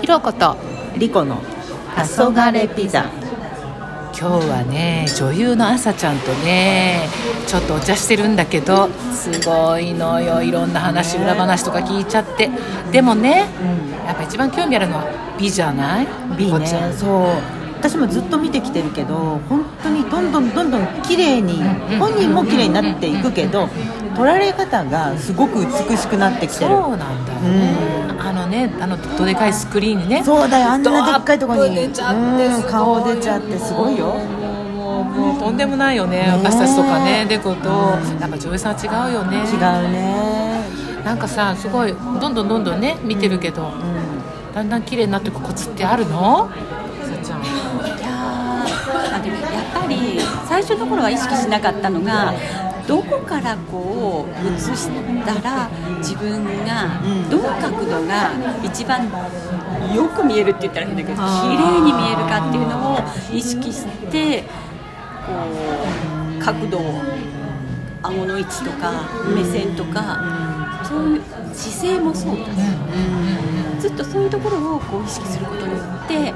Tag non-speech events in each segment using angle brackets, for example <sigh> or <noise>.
ひろことリコの黄昏ピザ今日はね女優のあさちゃんとねちょっとお茶してるんだけどすごいのよいろんな話裏話とか聞いちゃってでもね、やっぱ一番興味あるのは美じゃない美リコねちゃんそう私もずっと見てきてるけど本当にどんどんどんどん綺麗にうん本人も綺麗になっていくけど撮られ方がすごく美しくなってきてるそうなんだよね、あのねあのどでかいスクリーンにねそうだよあんなでっかいとこドアにップ出ちゃってうんすごい顔出ちゃってすごいよもうもうとんでもないよねね私たちとかねでことやっぱ女優さんは違うよね違うねなんかさすごいどんどんどんどんね見てるけど、だんだん綺麗になっていくコツってあるのさっちゃんいやーあでもやっぱり最初の頃は意識しなかったのがどこからこう映したら自分がどの角度が一番よく見えるって言ったら変だけど綺麗に見えるかっていうのを意識してこう角度を顎の位置とか目線とかそういう姿勢もそうだし。ずっとそういうところをこう意識することによって変わ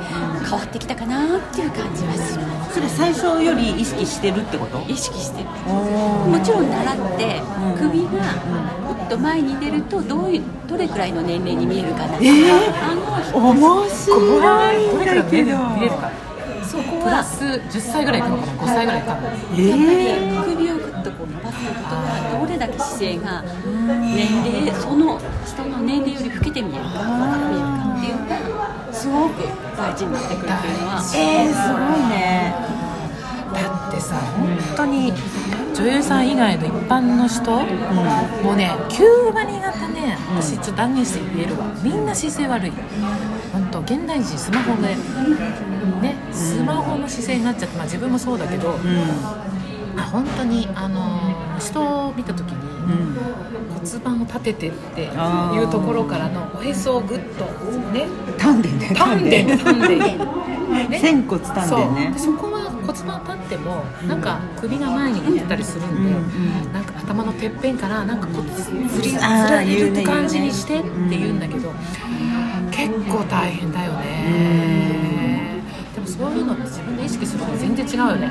ってきたかなっていう感じはするそれ最初より意識してるってこと意識してるももちろん習ってうん首がうっと前に出るとどういうどれくらいの年齢に見えるかなとか、あ面白いんだけど見れるかのそこプラはス10歳ぐらいいくのかな5歳ぐらいかなやっぱええり首をぐっとこう伸ばすことがどれだけ姿勢が年齢その人の年齢より老けて見えるか若く見えるかっていうのがすごく大事になってくるっていうのはえー、すごいねだってさ本当に女優さん以外の一般の人、もうね9割方ね私ちょっと断言して言えるわみんな姿勢悪い本当現代人スマホでねスマホの姿勢になっちゃって、まあ、自分もそうだけど、うあ本当にあの人を見た時に、んうん骨盤を立ててっていあーうところからのおへそをぐっとね丹田ね丹田丹田ね仙骨丹田ねそうでそこは骨盤立ってもなんか首が前に出てたりするんで、うんなんか頭のてっぺんからなんかこうずりずあーられ言るうってね感じにして言っうてね言うんだけど、結構大変だよね、でもそういうのって自分で意識すると全然違うよね違う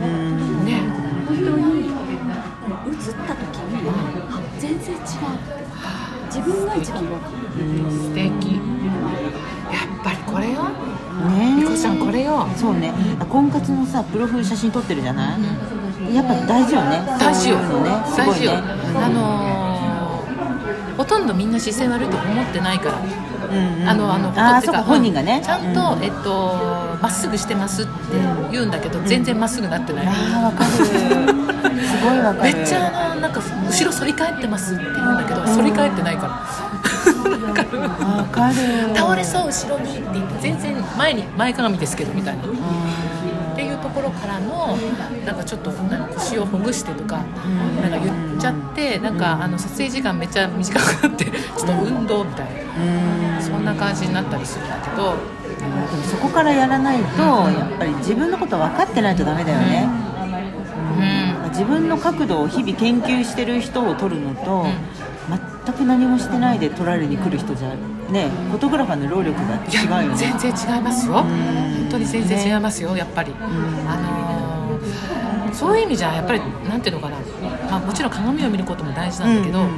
うんね本当に映った時にあ全然違う自分が一番分かる素敵やっぱりこれよねみこちゃんこれよそうね婚活のさプロフ写真撮ってるじゃないやっぱ大事よね大事よそういうのねす大ごい事よ、ねあのーほとんどみんな視線悪いと思ってないから、うんうんあのあのあーてそかうか本人がねちゃんと、えっとまっすぐしてますって言うんだけど、全然まっすぐなってない、ああわ <laughs> かるすごいわかめるっちゃあのなんか後ろ反り返ってますって言うんだけど、反り返ってないから、わかるわかる倒れそう後ろにって言って全然前に前かがみですけどみたいな。っていうところからのなんかちょっとなんか腰をほぐしてとかなんか言っちゃってなんかあの撮影時間めっちゃ短くなってちょっと運動みたいなそんな感じになったりするんだけどでもそこからやらないとやっぱり自分のこと分かってないとダメだよね、うん自分の角度を日々研究してる人を撮るのと、全く何もしてないで撮られに来る人じゃねフォトグラファーの労力が違うよね全然違いますよ本当に全然違いますよやっぱりあのーそういう意味じゃやっぱりなんていうのかなまあもちろん鏡を見ることも大事なんだけどうんうん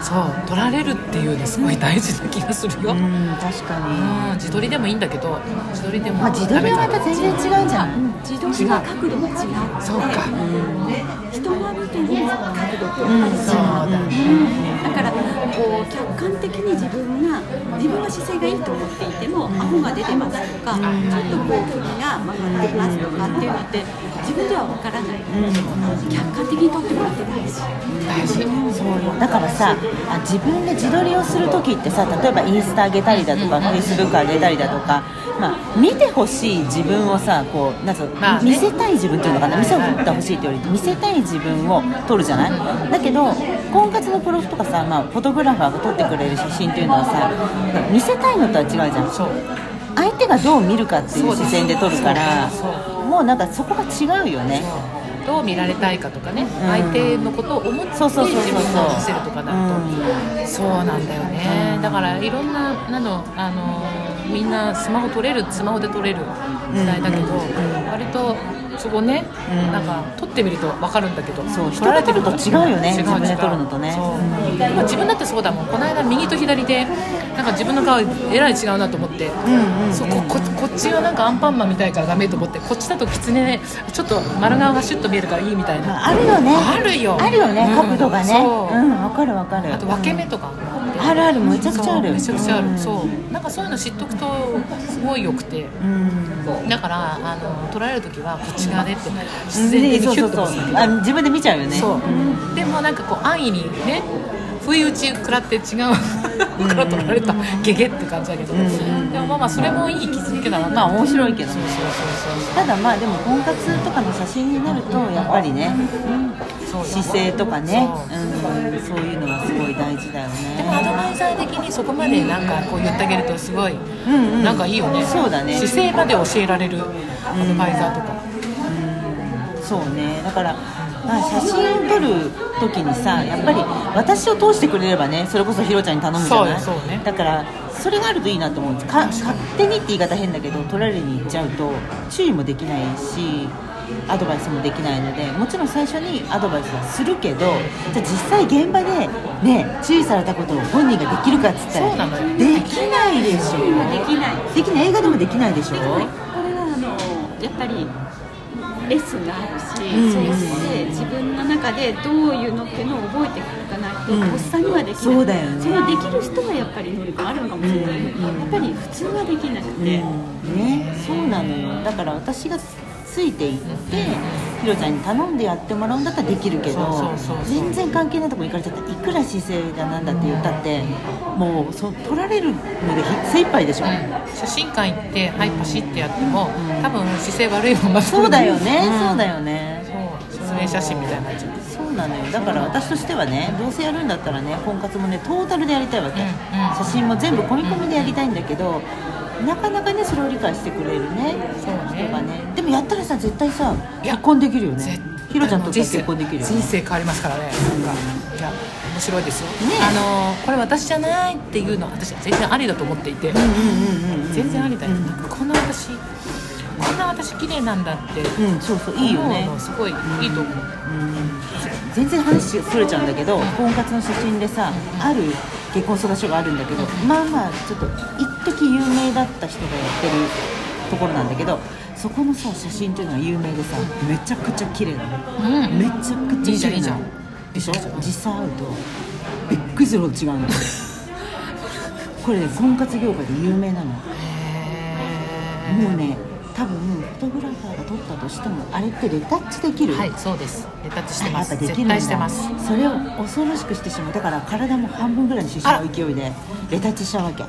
そう撮られるっていうのすごい大事な気がするようん、うん、確かに、うん自撮りでもいいんだけど自撮りでもまあ、自撮りはまた全然違うんじゃん、自動車は角度が違ってそうか人が見ても角度ってやっぱり違うそうだねだからこう客観的に自分が自分の姿勢がいいと思っていても顎が出てますとかちょっとこう首が曲がってますとかっていうのって自分では分からない、客観的に撮ってもらってないし大事そうよだからさあ自分で自撮りをする時ってさ例えばインスタ上げたりだとかフェイスブック上げたりだとか、まあ、見てほしい自分をさこうなんつうのまあね見せたい自分っていうのかな見せてほしいってより見せたい自分を撮るじゃないだけど婚活のプロフとかさ、まあ、フォトグラファーが撮ってくれる写真っていうのはさ見せたいのとは違うじゃんそう相手がどう見るかっていう視線で撮るからそうですもうなんかそこが違うよねどう見られたいかとかね、相手のことを思ってそう自そうそうそう分が見せるとかなると、うそうなんだよねねだからいろんななのあのみんなスマホ撮れるスマホで撮れる時代だけど、割とそこね、なんか撮ってみると分かるんだけどそう撮られて人が撮ると違うよね自分で撮るのとねそう今自分だってそうだもんこの間右と左でなんか自分の顔えらい違うなと思って、そうこここっちがなんかアンパンマンみたいからダメと思ってこっちだとキツネちょっと丸顔がシュッと見えるからいいみたいなあるよねあるよあるよね、うん角度がねそううんわかるわかるあと分け目とかあってあるあるめちゃくちゃあるそうめちゃくちゃある、うんそうなんかそういうの知っとくとすごい良くてうんだからあの取られる時はこっち側でって自然ねにそうヒそュうッそとうするあ自分で見ちゃうよねそう、でもなんかこう安易にね不意打ち食らって <laughs> 違うから取られたゲゲって感じだけど、でもまあまあそれもいい気づきだなまあ面白いけどそうそただまあでも婚活とかの写真になるとやっぱりねうそうそうそう姿勢とかねそううんそういうのがすごい大事だよでもアねドバイザー的にそこまでなんかこう言ってあげるとすごい、んうんなんかいいよねそうだね姿勢まで教えられるアドバイザーとか、そうねだからまあ写真撮る時にさやっぱり私を通してくれればねそれこそひろちゃんに頼むじゃないそうよそうねだからそれがあるといいなと思うんですか勝手にって言い方変だけど撮られに行っちゃうと注意もできないしアドバイスもできないのでもちろん最初にアドバイスはするけどじゃあ実際現場でね注意されたことを本人ができるかっつったらそうなのよできないでしょできないできない映画でもできないでしょこれはあのやっぱりレッスンがあるし、うんそして自分の中でどういうのっていうのを覚えていかないと、うんおっさんにはできないそうだよねそれはできる人はやっぱり能力あるのかもしれないけど、やっぱり普通はできなくて、ね、そうなのよだから私がついていってひろちゃんに頼んでやってもらうんだったらできるけどそうそうそうそう全然関係ないとこ行かれちゃったらいくら姿勢がなんだって言ったってもうそう取られるので精一杯でしょ、写真館行ってはいパシってやっても、多分姿勢悪いままそうだよね、んそうだよねそう証明写真みたいになっちゃうそうなのよだから私としてはねどうせやるんだったらね婚活もねトータルでやりたいわけ、うんうん写真も全部込み込みでやりたいんだけど、なかなかねそれを理解してくれるねそうね人がねでもやったらさ絶対さいや結婚できるよね絶ひろちゃんとだって結婚できるよ人ね生変わりますからねなんかいや面白いですよ、ねあのこれ私じゃないっていうのは私は全然ありだと思っていて、うんうんうんうん全然ありだよ、こんな私こんな私綺麗なんだってうんそうそういいよね思うのすごいいいと思う、全然話それちゃうんだけど婚活の写真でさある結婚相談所があるんだけどまあまあちょっと一時有名だった人がやってるところなんだけどそこのさ写真っていうのが有名でさめちゃくちゃ綺麗なうのんめちゃくちゃ綺麗ないのいじゃんいいじゃんでしょ実際会うとびっくりするほど違うのこれね婚活業界で有名なのもうね多分フォトグラファーが撮ったとしてもあれってレタッチできる、はいそうですレタッチしてまやっぱすできる絶んだ対してますそれを恐ろしくしてしまうだから体も半分ぐらいにしてしまう勢いでレタッチしちゃうわけだ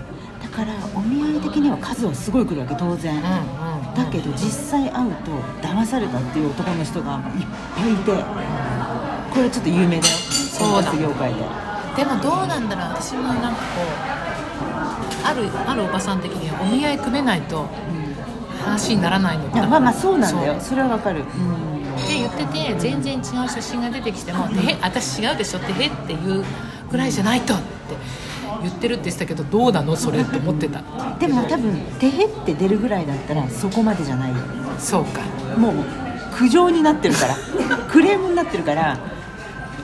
からお見合い的には数はすごい来るわけ当然、うんうんだけど実際会うと騙されたっていう男の人がいっぱいいてこれちょっと有名だようだ婚活業界ででもどうなんだろう私もなんかこうあるあるおばさん的にはお見合い組めないと話にならないのいかやなまあまあそうなんだよそうそれはわかる、って言ってて全然違う写真が出てきても「でへ私違うでしょ」って「へ」っていうぐらいじゃないとって言ってるって言ってたけどどうなのそれって思ってたでも多分「てへ」って出るぐらいだったらそこまでじゃないよそうかもう苦情になってるからクレームになってるから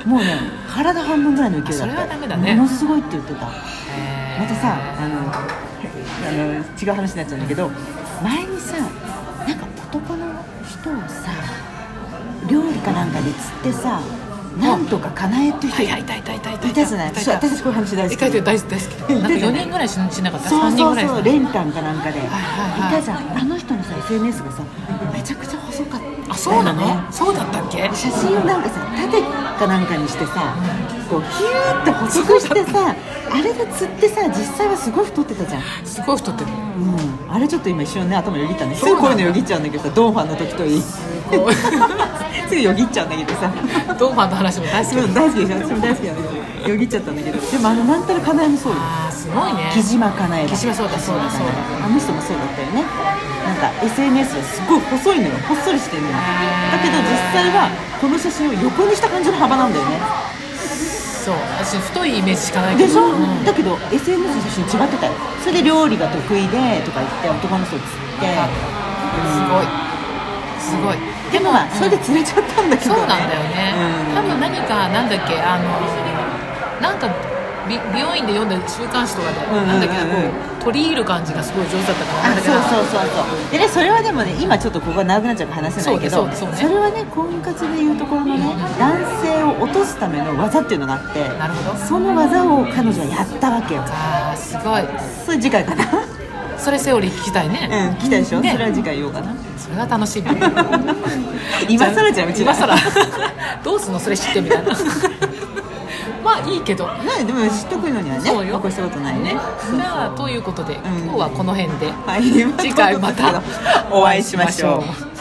もうね体半分ぐらいの勢いだそったれはダメだねものすごいって言ってたへーまたさあのあの違う話になっちゃうんだけど前にさなんか男の人をさ料理かなんかで釣ってさなんとか叶えっていうは人いいはいいたいたいたいたいたじゃないたそう私たちこういう <laughs> 話大い好きたいた大好き大好きうなんんか出て4ない人ぐらいしなかったそ3う人そぐうらいそう練炭かなんかで、いはいはいたじゃんあの人のさ SNS がさめちゃくちゃ細かったあそうなよねのそうだったっけ写真をなんかさ縦かなんかにしてさこうヒューって細くしてさあれが釣ってさ実際はすごい太ってたじゃん、すごい太ってるうん、あれちょっと今一瞬ね頭よぎったねすそうなぐんだこういうのよぎっちゃうんだけどさドンファンの時といい <laughs> すぐよぎっちゃうんだけどさドーファンの話も大好きうん大好きでしょ私も大好きなんだけどよぎっちゃったんだけどでもあのなんたらかなえもそうよああすごいね木島かなえだ木島そうだそうだそうだあの人もそうだったよねなんか SNS はすごい細いのよほっそりしてるのよだけど実際はこの写真を横にした感じの幅なんだよねそう私太いイメージしかないけどでしょ、うんだけど SNS の写真違ってたよそれで料理が得意でとか言って男の人つってすごいすごい、でもまあそれで釣れちゃったんだけそど、うね、なんだよね、うん多分何かなんだっけあのなんか美美容院で読んだ週刊誌とかで、うんうんうんなんだっけなこう取り入る感じがすごい上手だったからあなんそだうけどそうそうそうでねそれはでもね今ちょっとここが長くなっちゃうから話せないけどそうねそうねそうねれはね婚活でいうところのね男性を落とすための技っていうのがあってなるほどその技を彼女はやったわけよあーすごいそれ次 <laughs> 回かなそれセオリー聞きたいね、うん来たでしょ、ねそれは次回言おうかなそれは楽 <laughs> しみ今更じゃんうちら今更 <laughs> どうすんのそれ知ってみたいな <laughs> まあいいけど <laughs> ねでも知っとくのにはねそうよ残したことないねねじゃあということで、ん今日はこの辺ではい <laughs> 次回またお会いしましょう